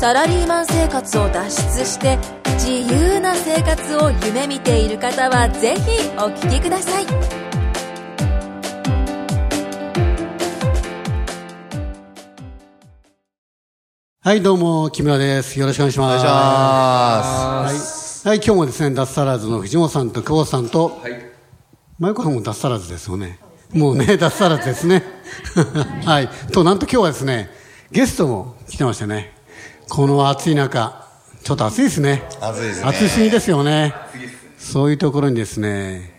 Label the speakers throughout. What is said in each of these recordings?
Speaker 1: サラリーマン生活を脱出して自由な生活を夢見ている方はぜひお聞きください
Speaker 2: はい、どうも、木村です。よろしくお願いします。
Speaker 3: お願いし
Speaker 2: はい、はい、今日もですね、脱サラーズの藤本さんと久保田さんと、
Speaker 3: はい。
Speaker 2: まゆこさんも脱サラーズですよね。もうね、脱 サラーズですね。はい。と、なんと今日はですね、ゲストも来てましたね。この暑い中、ちょっと暑いですね。
Speaker 3: 暑いですね。
Speaker 2: 暑すぎですよね。そういうところにですね、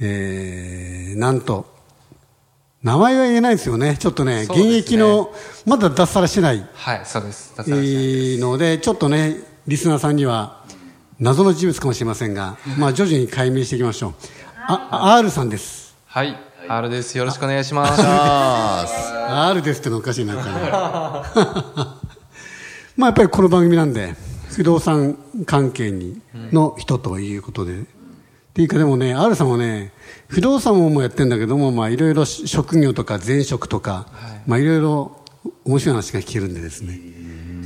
Speaker 2: えー、なんと、名前は言えないですよね。ちょっとね、
Speaker 4: そうですね
Speaker 2: 現役の、まだ脱サラしてない
Speaker 4: はい、そうです。脱サラしない
Speaker 2: いいので、ちょっとね、リスナーさんには、謎の人物かもしれませんが、まあ、徐々に解明していきましょう。あ、R さんです。
Speaker 4: はい、R です。よろしくお願いします。
Speaker 3: あー
Speaker 2: R ですってのおかしいな、 これまあ、やっぱりこの番組なんで、不動産関係に、の人ということで。っていうか、でもね、R さんはね、不動産もやってんだけども、まあ、いろいろ職業とか前職とか、まあ、いろいろ面白い話が聞けるんでですね。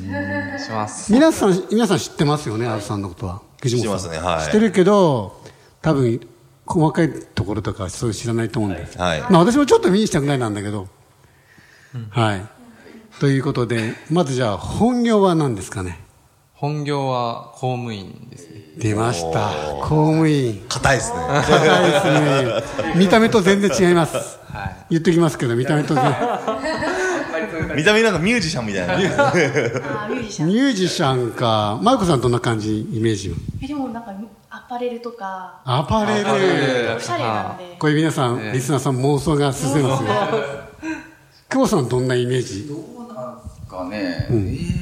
Speaker 4: お願いします。
Speaker 2: 皆さん、皆さん知ってますよね、アルさんのことは。藤本さん
Speaker 3: 知ってますねはい
Speaker 2: 知ってるけど、多分、細かいところとか、そういう知らないと思うんです。
Speaker 3: はい
Speaker 2: まあ私もちょっと見にしたぐらいなんだけど。はい。ということで、まずじゃあ、本業は何ですかね。
Speaker 4: 本業は公務員ですね。
Speaker 2: 出ました。公務員。
Speaker 3: 硬いですね。
Speaker 2: 硬いですね。見た目と全然違います。
Speaker 4: はい。
Speaker 2: 言っときますけど、見た目と全然。
Speaker 3: 見た目なんかミュージシャンみたい な。
Speaker 5: あミュージシャン
Speaker 2: ミュージシャンか、マイコさんどんな感じ、イメージを。
Speaker 5: えでもなんかアパレルとか
Speaker 2: アパレ
Speaker 4: アパ
Speaker 2: ル
Speaker 4: レ。ル
Speaker 5: おしゃれなんで
Speaker 2: これ皆さん、
Speaker 4: ええ
Speaker 2: リスナーさん妄想が進んでます よ久保さんどんなイメージ
Speaker 6: かね、え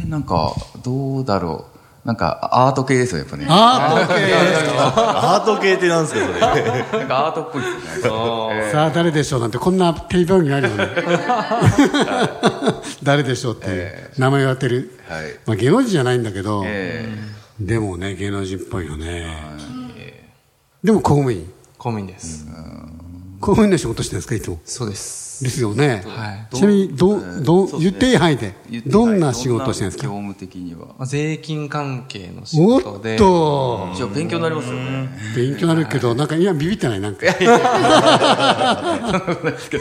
Speaker 6: ー、なんかどうだろうなんかアート系ですよやっぱねな
Speaker 2: アート系
Speaker 3: アート系ってなんですか、それ。
Speaker 6: んかアートっぽいですよね
Speaker 2: さあ誰でしょうなんてこんなテレビ番組あるよ ね誰でしょうっていう名前を当てる、
Speaker 6: はい
Speaker 2: まあ、芸能人じゃないんだけど、
Speaker 6: え
Speaker 2: でもね芸能人っぽいよね、でも公務員
Speaker 4: 公務員です。
Speaker 2: 公務員の仕事してるんですかいつも
Speaker 4: そうです。
Speaker 2: ですよね、
Speaker 4: はい
Speaker 2: ちなみにどど、言っていい範囲で
Speaker 6: 言って
Speaker 2: どんな仕事をしてるんです
Speaker 6: ど
Speaker 2: か
Speaker 6: んな業務的には
Speaker 4: まあ税金関係の仕
Speaker 2: おっ
Speaker 4: 事で、
Speaker 2: と
Speaker 6: 一応勉強になりますよね
Speaker 2: 勉強になるけど、なんか今ビビってないなんか
Speaker 4: そうですね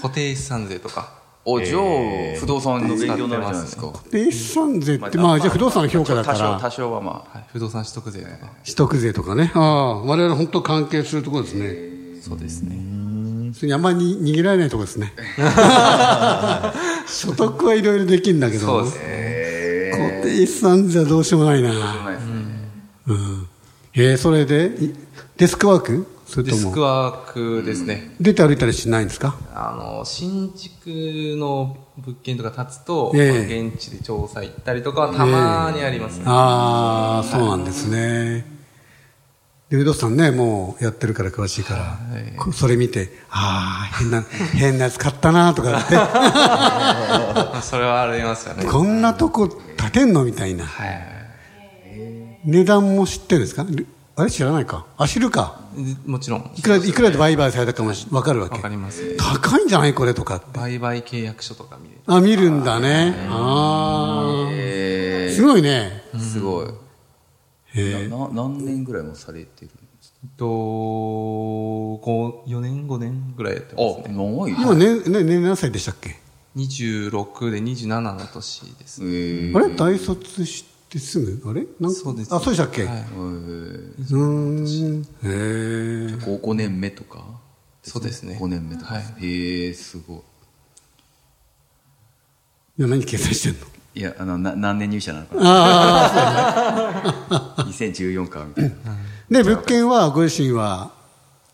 Speaker 4: 固定資産税とか、
Speaker 6: おじゃ
Speaker 3: えー
Speaker 6: あ不動産の勉強になるじゃないですか
Speaker 2: で、資産税って、まあ、じゃあ不動産の評価だか
Speaker 6: 多少
Speaker 2: ら、
Speaker 6: 多少はまあ
Speaker 4: はい、不動産取得税とか、
Speaker 2: 取得税とかね。ああ、我々本当関係するところですね。
Speaker 6: そうですね
Speaker 2: それにあんまり逃げられないところですね。所得はいろいろできるんだけど、
Speaker 4: そうですね。
Speaker 2: 固定資産税はどうしようもないな。
Speaker 6: ないですね
Speaker 2: うん。えー、それで、いデスクワークそれ
Speaker 4: デ
Speaker 2: と
Speaker 4: スク
Speaker 2: も、
Speaker 4: ワークですね。
Speaker 2: 出て歩いたりしないんですか
Speaker 4: あの、新築の物件とか建つと、
Speaker 2: ええ
Speaker 4: まあ現地で調査行ったりとかはたまにありますね。
Speaker 2: ああ、そうなんですね。で、有働さんね、もうやってるから詳しいから、こそれ見て、ああ、変な、変なやつ買ったなとかって。
Speaker 4: まあ それはありますよね。
Speaker 2: こんなとこ建てんのみたいな。値段も知ってるんですかルあれ知らないか。あ、知るか。
Speaker 4: もちろん
Speaker 2: い。くら、いくらで売買されたかもしわかるわけ。
Speaker 4: わかりますね
Speaker 2: 高いんじゃないこれとかって。
Speaker 4: 売買契約書とか見れる
Speaker 2: あ、見るんだね。ああ。
Speaker 6: え
Speaker 2: すごいね。
Speaker 6: ー、すごい
Speaker 2: へえ
Speaker 6: な何年ぐらいもされてるんですか
Speaker 4: えっと4年5年ぐらいやってます
Speaker 6: あ
Speaker 4: ね
Speaker 6: 長いです
Speaker 2: 今、ね、ね、ね、何歳でしたっけ
Speaker 4: 26で27の年です
Speaker 6: えー
Speaker 2: あれ大卒してすぐあれなんか
Speaker 4: そうです
Speaker 2: あ、そうでしたっけ
Speaker 4: はいう
Speaker 6: えー
Speaker 2: ーん。へえ。
Speaker 6: 高校年目とか
Speaker 4: そうですね
Speaker 6: 5年目とか、
Speaker 4: はい
Speaker 6: へえすご
Speaker 2: いや、何計算してんの
Speaker 6: いいやあのな何年入社なのか な2014かみたいな
Speaker 2: で、物件は、ご自身は、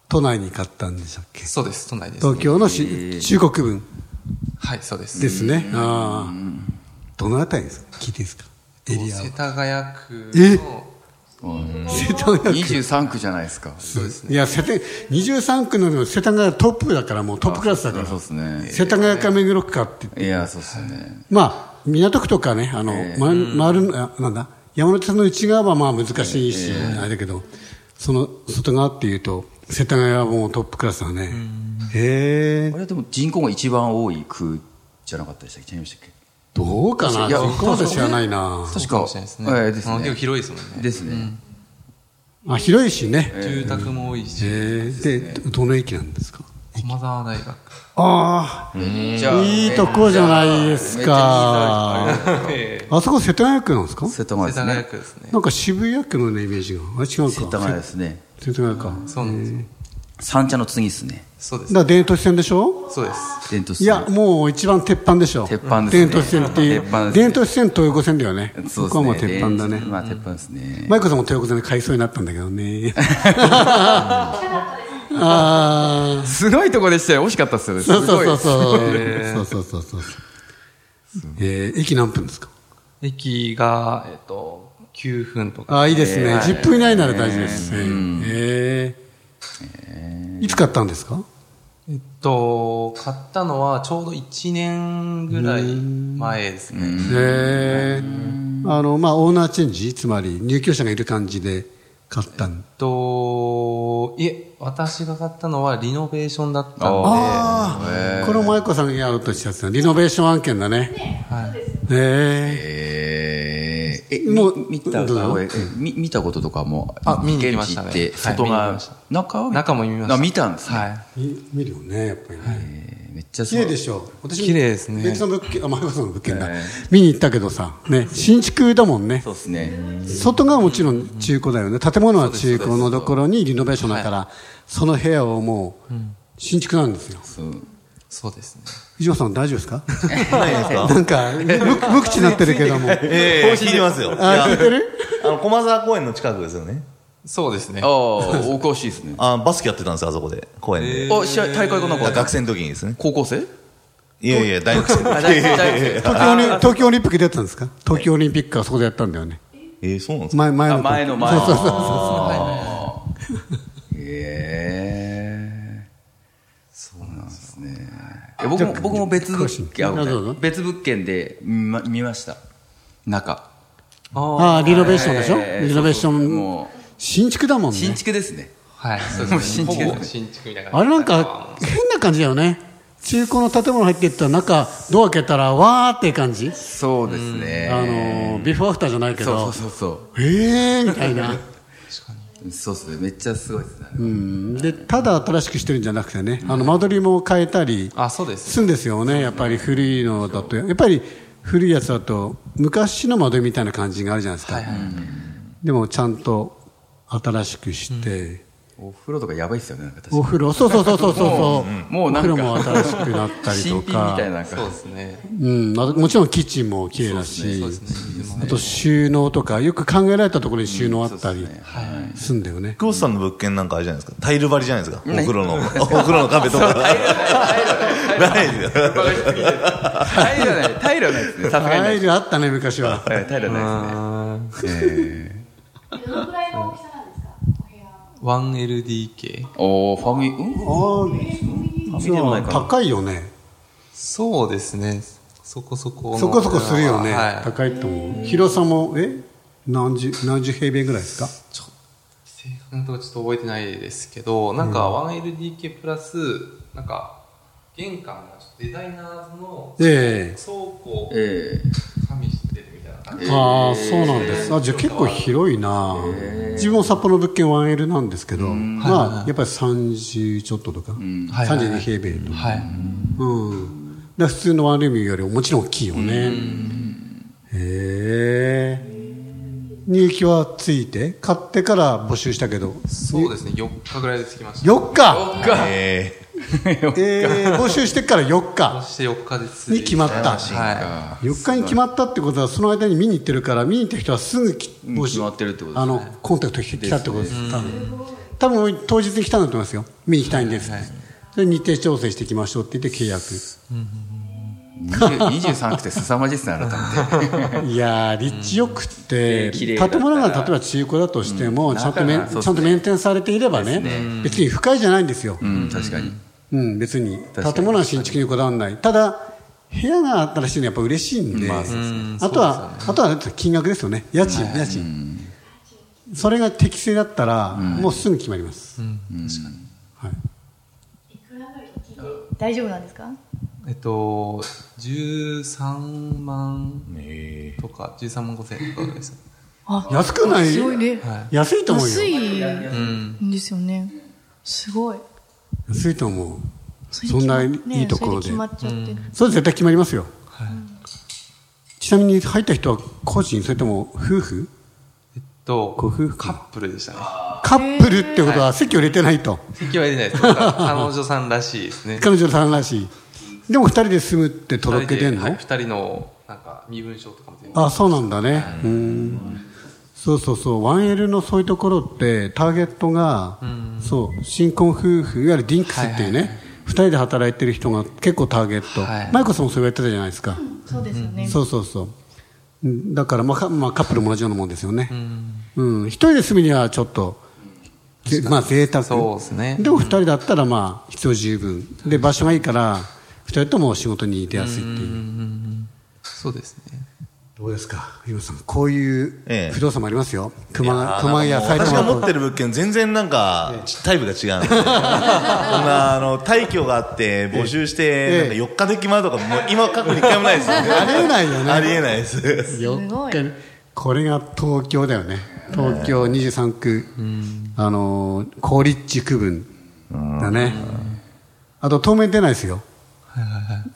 Speaker 2: 都内に買ったんでしたっけ
Speaker 4: そうです都内です、
Speaker 2: 東京のし中国分
Speaker 4: はいそうです
Speaker 2: ですね。ああ。どのあたりですか聞いていいですかエ
Speaker 4: と
Speaker 2: リアは
Speaker 4: 世田谷区
Speaker 2: え
Speaker 4: の
Speaker 2: 世田谷区。
Speaker 6: 23区じゃないですか。そうです。
Speaker 2: いや、世田、23区の世田谷トップだから、もうトップクラスだから。
Speaker 6: そうですね。
Speaker 2: 世田谷か目黒区かって。
Speaker 6: いや、そうですね。
Speaker 2: まあ、港区とかね、あの、ま、回る、あなんだ、山手線の内側はまあ難しいし、あれだけど、その外側っていうと、世田谷はもうトップクラスだね。へえ
Speaker 6: あ。れでも人口が一番多い区じゃなかったでしたっけ違いましたっけ
Speaker 2: どうかない
Speaker 6: や
Speaker 2: そこまで知らないな。
Speaker 6: 確
Speaker 4: か
Speaker 6: か
Speaker 4: もしれないです。
Speaker 6: え
Speaker 4: ね。
Speaker 6: えです
Speaker 4: あ
Speaker 6: ね。
Speaker 4: の結構広いですもんね。
Speaker 6: ですね。
Speaker 2: あ、広いしね。
Speaker 4: 住宅も多いし、
Speaker 2: えー、で、どどの駅なんですか
Speaker 4: 駒沢大学。
Speaker 2: あ
Speaker 6: じ
Speaker 2: あ、いいとこじゃないですか。
Speaker 4: え
Speaker 2: あそこ世田谷区なんですか
Speaker 6: 世田
Speaker 4: え
Speaker 6: 谷で
Speaker 4: 世
Speaker 6: す
Speaker 4: 田谷
Speaker 6: ね。
Speaker 4: 区ですね。
Speaker 2: なんか渋谷区のね、イメージが。あ、違うか。
Speaker 6: 世田谷ですね。
Speaker 2: 世田谷か。
Speaker 4: そうなんですよ。
Speaker 6: 三茶の次ですね。
Speaker 4: そうで
Speaker 2: だ
Speaker 4: す。
Speaker 2: から電都市線でしょ
Speaker 4: そうです。
Speaker 6: 伝統
Speaker 2: いや、もう一番鉄板でしょ。
Speaker 6: 鉄板ですね
Speaker 2: 電都市線っていう
Speaker 6: 鉄板ですね
Speaker 2: 電都市線、東横線だよね。
Speaker 6: そうですね。
Speaker 2: こはもう鉄板だね。
Speaker 6: まあ鉄板ですね。
Speaker 2: マイコさんも東横線で買いそうになったんだけどね。ああ。
Speaker 6: すごいとこでしたよ。惜しかったですよね。
Speaker 2: そうそうそう
Speaker 6: う。
Speaker 2: そう。そうそうそうそう。えー、駅何分ですか
Speaker 4: 駅が、えっと、9分とか。
Speaker 2: ああ、いいですね。10分以内なら大事です。えーえーいつ買ったんですか
Speaker 4: えっと、買ったのはちょうど1年ぐらい前ですね。
Speaker 2: ええあの、まあ、オーナーチェンジ、つまり入居者がいる感じで買ったん
Speaker 4: えっと、いえ、私が買ったのはリノベーションだったので、
Speaker 2: ああ、この舞子さんがやろうとしたやつだリノベーション案件だね。え
Speaker 6: えー、え、
Speaker 2: も
Speaker 6: も
Speaker 2: う
Speaker 6: う見た
Speaker 2: どうぞ
Speaker 6: えみ見たこととかも、
Speaker 4: あ見に行きましたね
Speaker 6: 現地行って、外
Speaker 4: はい見に行き
Speaker 6: が
Speaker 4: ました、
Speaker 6: 中は
Speaker 4: 中も見ました
Speaker 6: あ見たんですね。
Speaker 4: はい。
Speaker 2: え見るよね、やっぱりね。
Speaker 6: えーめっちゃ
Speaker 2: 綺麗でしょ。私も
Speaker 4: 綺麗ですね
Speaker 2: 別の物件、あ、舞子さんの物件だ
Speaker 6: ええ。
Speaker 2: 見に行ったけどさ、ね、新築だもんね
Speaker 6: そ。うですね。
Speaker 2: 外がもちろん中古だよね。建物は中古のところにリノベーションだから、その部屋をもう、新築なんですよ。
Speaker 6: そう
Speaker 4: そうですね。
Speaker 2: 藤本さん大丈夫です か
Speaker 3: ないですか
Speaker 2: なんか、無無口になってるけども。
Speaker 3: ええ聞いてますよ。い
Speaker 2: あ、
Speaker 3: や
Speaker 2: 聞いてる
Speaker 3: あの、駒沢公園の近くですよね。
Speaker 4: そうですね
Speaker 6: あ。あ、おかしいですね。
Speaker 3: あ、バスケやってたんですよ、あそこで。公園で。
Speaker 6: あ、試合、大会かな
Speaker 3: あ
Speaker 6: んか
Speaker 3: 学、生の時にですね。
Speaker 6: 高校生
Speaker 3: いやいや、大学生。
Speaker 6: あ大学生
Speaker 2: 東京オリ東京オリンピックでやってたんですか東京オリンピックはそこでやったんだよね。
Speaker 3: えー、そうなんですか
Speaker 2: 前、前の
Speaker 6: あ
Speaker 2: 時。
Speaker 6: 前の前
Speaker 2: そう
Speaker 6: の
Speaker 2: そうそう
Speaker 6: ええそうなんですね。え僕も、僕も別物件、あごめんな
Speaker 2: どうぞ
Speaker 6: さい別物件で見ま見ました。中。
Speaker 2: ああ、リノベーションでしょ
Speaker 6: えー
Speaker 2: リノベーショ
Speaker 6: そうそう
Speaker 2: ン。
Speaker 6: も
Speaker 2: 新築だもん
Speaker 6: う、新
Speaker 2: ね。
Speaker 6: 築ですね。
Speaker 4: はい。そう
Speaker 6: もう
Speaker 4: です
Speaker 6: 新
Speaker 4: ね。
Speaker 6: 築
Speaker 4: ほぼ新築みたいな感
Speaker 2: あ
Speaker 4: じ。
Speaker 2: れなんか、変な感じだよね。中古の建物入っていったら中、ドア開けたら、わーって感じ。
Speaker 6: そうですね。
Speaker 2: あのー、ビフォーアフターじゃないけ
Speaker 6: そ
Speaker 2: ど
Speaker 6: う、そうそう
Speaker 2: えーみたい な。
Speaker 6: そう。そうですね。めっちゃすごいですね。
Speaker 2: うんで、ただ新しくしてるんじゃなくてね、あの、間取りも変えたり、
Speaker 4: あ、そうですね。
Speaker 2: するんですよね、やっぱり古いのだと、やっぱり古いやつだと、昔の窓みたいな感じがあるじゃないですか、でもちゃんと新しくして、
Speaker 6: お風呂とかやばいっすよね、なんか確か
Speaker 2: お風呂、そうそうそうそうそうそ
Speaker 6: に
Speaker 2: う、
Speaker 6: もう
Speaker 2: お
Speaker 6: なん
Speaker 2: 風
Speaker 6: か。
Speaker 2: 呂も新しくなったりと
Speaker 6: 新品み
Speaker 2: か
Speaker 6: たい、な、なんか。
Speaker 4: そうですね。
Speaker 2: うん、あともちろんキッチンも綺麗だし、あと収納とか、よく考えられたところに収納あったりするんだよね。
Speaker 3: クロスさんの物件なんかあれじゃないですか。タイル張りじゃないですか。お風呂の、お風呂の壁とか。 ないですよ。
Speaker 6: 平らない、平らないですね。さすがにな
Speaker 2: タ
Speaker 6: い
Speaker 2: イ
Speaker 6: です。
Speaker 2: ルあったね、昔は。
Speaker 6: はい平らない
Speaker 5: どのくらいの大きさなんですかお部屋
Speaker 4: 1LDK。
Speaker 6: ですね。おー、ファミ、うん
Speaker 2: あーじゃあ高いよね。
Speaker 4: そうですね。そこそこの。
Speaker 2: そこそこするよね、
Speaker 4: はい。
Speaker 2: 高いと思う広さもえ何十何十平米ぐらいですか
Speaker 4: 正確なとこちょっと覚えてないですけど、なんか 1LDK プラス、なんか、玄関がちょっとデザイナーズの
Speaker 2: え
Speaker 4: 倉庫を
Speaker 6: え
Speaker 4: 加味してるみたいな感じ
Speaker 2: えああそうなんですあじゃあ結構広いな、自分も札幌の物件 1L なんですけど、まあやっぱり30ちょっととか、
Speaker 4: はいはい
Speaker 2: 32平米とか、
Speaker 4: はい。
Speaker 2: うんだから普通のワンルームよりももちろん大きいよねへえ入気はついて買ってから募集したけど
Speaker 4: そうですね、4日ぐらいで着きました。
Speaker 2: 4日
Speaker 3: えー
Speaker 2: えー募集してから4
Speaker 4: そ
Speaker 2: 日
Speaker 4: して4日で着い
Speaker 2: に決まった
Speaker 4: は
Speaker 2: 4日に決まったってことはその間に見に行ってるから見に行った人はすぐき
Speaker 6: うん
Speaker 2: 募集
Speaker 6: 決まってるってことですね
Speaker 2: あのコンタクト来たってことです多分多分当日に来たんだと思いますよ見に行きたいんですって、で日程調整していきましょうって言って契約
Speaker 6: え23区って凄まじいです ね改めて
Speaker 2: いやー立地よくって、
Speaker 6: うん綺麗だった
Speaker 2: 建
Speaker 6: ら
Speaker 2: 物が例えば中古だとしても、
Speaker 6: うん
Speaker 2: ちゃんとめん
Speaker 6: だからそうっすね
Speaker 2: ちゃんとメンテナンスされていればね別に不快じゃないんですよ、う
Speaker 6: うんん確かに
Speaker 2: 別に
Speaker 6: かに
Speaker 2: 建物は新築にこだわらないただ部屋が新しいのはやっぱ嬉しいんで,、
Speaker 6: ま
Speaker 2: あ
Speaker 6: あそうですね
Speaker 2: とは、あとは金額ですよね家賃、家賃、それが適正だったら、もうすぐ決まります、はい、
Speaker 5: いくらぐらい聞いて大丈夫なんですか
Speaker 4: えっと、13万
Speaker 3: え
Speaker 4: とか、13万5千円とかぐらいです。
Speaker 7: あ
Speaker 2: 安くない
Speaker 7: すごいね。
Speaker 4: は
Speaker 2: 安いと思うよ
Speaker 7: 安い
Speaker 4: うん。
Speaker 7: んですよね。すごい。
Speaker 2: 安いと思う
Speaker 7: れで
Speaker 2: そんな
Speaker 7: 決ま
Speaker 2: いいところで
Speaker 7: ねそれで決まっちゃって。
Speaker 2: それ絶対決まりますよ、
Speaker 4: はい。
Speaker 2: ちなみに入った人は個人それとも夫婦
Speaker 4: と、
Speaker 2: ご夫婦
Speaker 4: カップルでしたね。
Speaker 2: カップルってことは席を入れてないと、
Speaker 4: 席は入れないです。だから彼女さんらしいですね。
Speaker 2: 彼女さんらしいでも二人で住むって届けてんの、
Speaker 4: はい二人の、なんか、身分証とかも全部。
Speaker 2: あそうなんだねうんそうそうそう 1L のそういうところってターゲットが、そう新婚夫婦いわゆるディンクスっていうね、二人で働いてる人が結構ターゲット、
Speaker 4: はい
Speaker 2: マイコさんもそう言われてたじゃないですか、
Speaker 7: そうですよね。
Speaker 2: そうそうそううんだから、まあかまあ、カップルも同じようなもんですよね、うん一人で住むにはちょっと、ぜまあ、贅沢
Speaker 4: そうですね
Speaker 2: でも二人だったらまあ必要十分で場所がいいから二人とも仕事に出やすいっていう
Speaker 4: そうですね。
Speaker 2: どうですか井本さんこうい
Speaker 3: え
Speaker 2: う
Speaker 3: え
Speaker 2: 不動産もありますよ熊
Speaker 3: あ
Speaker 2: 谷
Speaker 3: ー
Speaker 2: 熊谷埼
Speaker 3: なんかもう私が
Speaker 2: 玉
Speaker 3: 持っ
Speaker 2: と
Speaker 3: てる物件全然なんかタイプが違うんでそんなあの退去があって募集してなんか4日で決まるとかもう今過去に一回もないですよね
Speaker 2: ありえないよね
Speaker 3: ありえないです
Speaker 2: よっ
Speaker 7: ごい
Speaker 2: けこれが東京だよね東京23区、あのー高立地区分だね、あと当面出ないですよ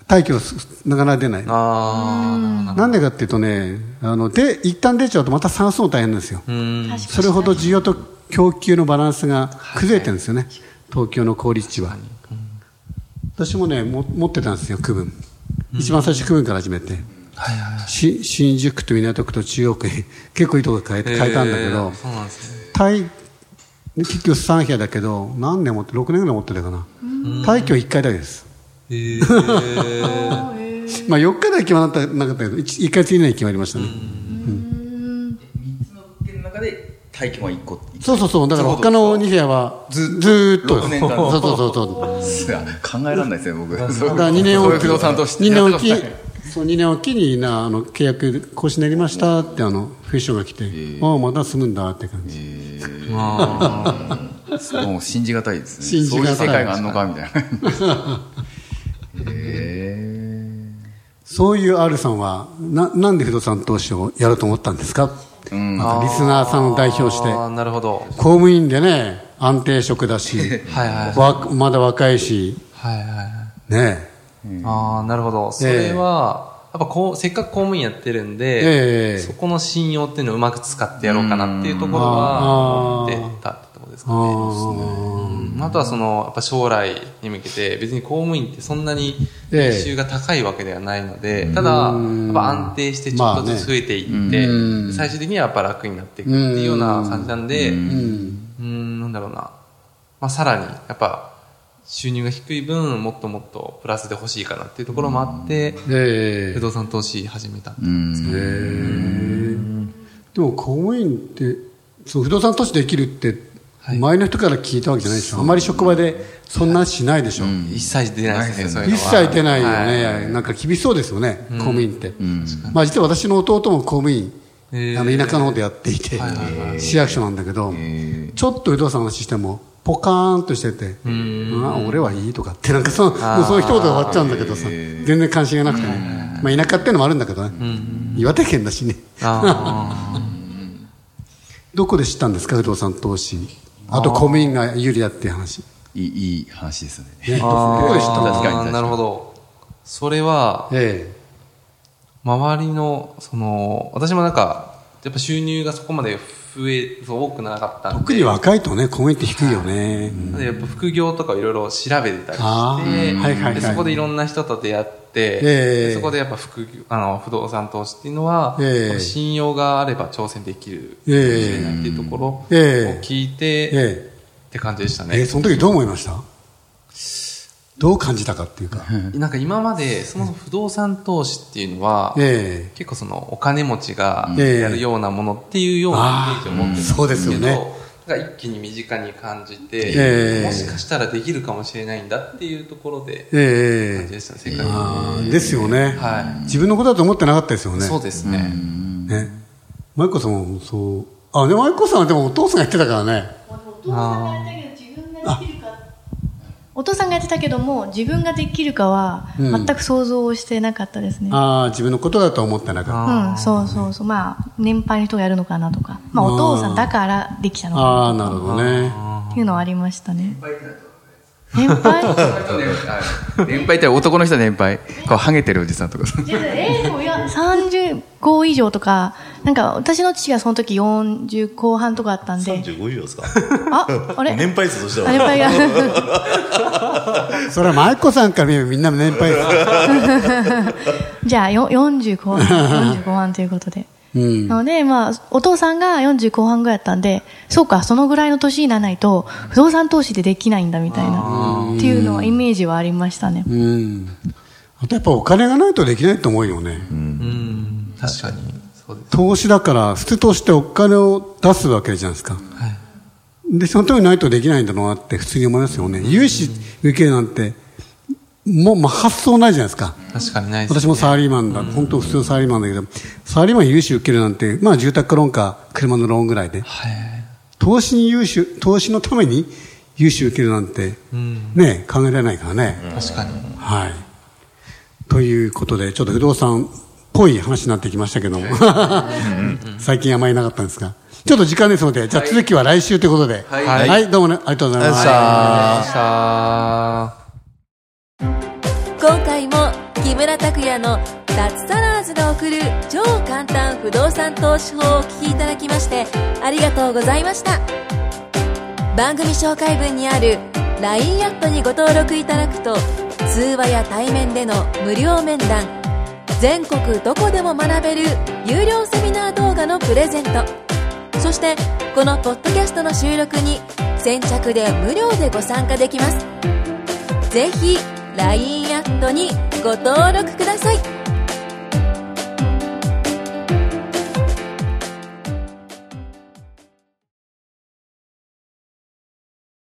Speaker 2: 退去すなかなか出ない
Speaker 4: ああ、なるほど。
Speaker 2: なんでかっていうとねあので一旦出ちゃうとまた探すの大変なんですよ
Speaker 4: うん。
Speaker 7: 確かに
Speaker 2: それほど需要と供給のバランスが崩れてるんですよね、東京の公立地は。私もね、も持ってたんですよ、区分。一番最初、区分から始めて。し新宿区と港区と中央区に結構いいとこ変え変えたんだけ
Speaker 4: え
Speaker 2: ど
Speaker 4: ー、そうなんですね。
Speaker 2: 退結局3部屋だけど、何年持って、6年ぐらい持ってたかな。退去1回だけです。
Speaker 4: えー、
Speaker 2: まあ4日では決まらなかったなかったけど、1, 回月以内に決まりましたね。
Speaker 6: 3つの物件の中で大気も1個
Speaker 2: そうそうそう、だから他の2部屋はずずーっと
Speaker 6: 6年間
Speaker 2: そうそうそうそう。
Speaker 6: すが考えられないです ね僕だ
Speaker 2: だから2年おき
Speaker 6: 不動産として
Speaker 2: 二年お
Speaker 6: や
Speaker 2: き
Speaker 6: ってくださ
Speaker 2: そう2年おきになあの契約更新になりましたってあのフィッションが来て、ああまた住むんだって感じ、
Speaker 6: いもう信じがたいですね
Speaker 2: 信じがたい
Speaker 6: そういう世界があんのか みたいなへ
Speaker 2: そういう R さんはななんで不動産投資をやろうと思ったんですか、
Speaker 6: ん
Speaker 2: またリスナーさんを代表して
Speaker 4: ああ、なるほど。
Speaker 2: 公務員でね安定職だし
Speaker 4: はいはいはい。
Speaker 2: わまだ若いし
Speaker 4: はいはいはい。
Speaker 2: ねえ
Speaker 4: ああ、なるほど。それは、やっぱこう、せっかく公務員やってるん
Speaker 2: え
Speaker 4: で、
Speaker 2: え
Speaker 4: そこの信用っていうのをうまく使ってやろうかなっていうところ
Speaker 2: うん
Speaker 4: は、思ってたってとこですかね。うんあとはその、やっぱ将来に向けて、別に公務員ってそんなに
Speaker 2: ええ
Speaker 4: 年収が高いわけではないので、ただ、やっぱ安定してちょっとずつ増えていって、
Speaker 2: うん
Speaker 4: 最終的にはやっぱ楽になっていくっていうような感じなんで、
Speaker 2: うん
Speaker 4: うーん、なんだろうな。まあ、さらに、やっぱ、収入が低い分、もっともっとプラスで欲しいかなっていうところもあって、
Speaker 2: え
Speaker 4: 不動産投資始めた。
Speaker 6: うん
Speaker 2: えでも公務員ってそう不動産投資できるって
Speaker 4: い
Speaker 2: 前の人から聞いたわけじゃないでしょ、あまり職場でそんなしないでしょ、
Speaker 4: 一切出ないですね、そういうの
Speaker 2: 一
Speaker 4: は。
Speaker 2: 切出ないよね、
Speaker 4: は
Speaker 2: なんか厳しそうですよね、公務員って、まあ、実は私の弟も公務員、
Speaker 4: へー
Speaker 2: あの田舎の方でやっていて、
Speaker 4: はいはいは
Speaker 2: 市役所なんだけど、ちょっと不動産の話してもポカーンとしてて、あ俺はいいとかってなんかそのもうそういう一言で終わっちゃうんだけどさ、全然関心がなくてね、まあ、田舎っていうのもあるんだけどね、岩手県だしね
Speaker 4: あ
Speaker 2: どこで知ったんですか不動産投資あと公務員が有利だっていう話
Speaker 6: いいいい話ですね
Speaker 2: ね ど
Speaker 4: ー
Speaker 2: こで知ったんです
Speaker 6: 確かに確
Speaker 4: あ
Speaker 6: か
Speaker 4: ー
Speaker 6: に
Speaker 4: なるほど。それは、
Speaker 2: え
Speaker 4: 周りの、その、私もなんか、やっぱ収入がそこまで増え、そう多くなかった
Speaker 2: え
Speaker 4: んで。
Speaker 2: 特に若いとね公務員って低いよね、うん
Speaker 4: でやっぱ副業とかをいろいろ調べてたりして、
Speaker 2: あーはいはいはい
Speaker 4: でそこでいろんな人と出会って、
Speaker 2: ええ
Speaker 4: そこでやっぱ副業あの不動産投資っていうのは、
Speaker 2: ええ
Speaker 4: 信用があれば挑戦できる
Speaker 2: え
Speaker 4: か
Speaker 2: え
Speaker 4: もしれないっていうところを
Speaker 2: ええ
Speaker 4: 聞いて、
Speaker 2: ええ
Speaker 4: って感じでしたね。
Speaker 2: えーその時どう思いましたどう感じたかっていうか。
Speaker 4: なんか今までそもそも不動産投資っていうのは、
Speaker 2: え
Speaker 4: 結構そのお金持ちが
Speaker 2: ええ
Speaker 4: やるようなものっていうようなイメージを持ってた
Speaker 2: そうんで
Speaker 4: ですすけ
Speaker 2: よ
Speaker 4: ど、
Speaker 2: ね。
Speaker 4: なんか一気に身近に感じて、
Speaker 2: ええ
Speaker 4: もしかしたらできるかもしれないんだっていうところで感
Speaker 2: え
Speaker 4: じ
Speaker 2: え
Speaker 4: でしたね、世界
Speaker 2: あーですよね、
Speaker 4: は
Speaker 2: 自分のことだと思ってなかったですよ
Speaker 4: い、
Speaker 2: ね。
Speaker 4: そうですね、
Speaker 2: ね。マイコさんもそう。あ、でもマイコさんはでもお父さんが言ってたからね。
Speaker 5: お父さんがやったけど自分ができるかお父さんがやってたけども自分ができるかは
Speaker 2: うん
Speaker 5: 全く想像をしてなかったですね、うん
Speaker 2: ああ、自分のことだと思ってなかっ
Speaker 5: そうそうそうまあ年配の人がやるのかなとか、まあ、お父さんだからできた
Speaker 2: た。
Speaker 5: のか
Speaker 2: ああー、なるほどね。
Speaker 5: なっていうのはありましたね年配
Speaker 6: 年配って男の人は年配。こう、ハゲてるおじさんとか。
Speaker 5: じゃあえーでもいや35以上とかなんか私の父がその時40後半とかあったんで
Speaker 3: 35以上ですか
Speaker 5: ああれ
Speaker 3: 年配数として
Speaker 5: あ年
Speaker 3: は
Speaker 5: 配が
Speaker 2: それはマイコさんから見ればみんな年配です。
Speaker 5: じゃあよ40後半45半ということで
Speaker 2: うん。
Speaker 5: なので、まあ、お父さんが40後半ぐらいだったんで、そうか、そのぐらいの年にならないと、不動産投資でできないんだみたいな、っていうのは、イメージはありましたね。
Speaker 2: うん。あとやっぱお金がないとできないと思うよね。
Speaker 4: うん、確かにそうです
Speaker 2: 投資だから、普通投資ってお金を出すわけじゃないですか。で、その通りないとできないんだろうなって普通に思いますよね。融資受けるなんて、もう、まあ、発想ないじゃないですか。
Speaker 4: 確かにないですね
Speaker 2: 私もサラリーマンだ、本当普通のサラリーマンだけど、サラリーマンに融資受けるなんて、まあ住宅ローンか車のローンぐらいで、投資に融資、投資のために融資受けるなんて、ね、考えられないからね。
Speaker 4: 確かに
Speaker 2: はい。ということで、ちょっと不動産っぽい話になってきましたけども、 最近あまりなかったんですが、ちょっと時間ですので、じゃあ続きは来週ということで、はい、
Speaker 3: い
Speaker 2: どうもね、ありがとうございました。
Speaker 3: さあ
Speaker 4: さあ
Speaker 1: 今回も木村拓哉の脱サラーズが送る超簡単不動産投資法をお聞きいただきましてありがとうございました番組紹介文にある LINE アットにご登録いただくと通話や対面での無料面談全国どこでも学べる有料セミナー動画のプレゼントそしてこのポッドキャストの収録に先着で無料でご参加できますぜひ LINE アットにご登録ください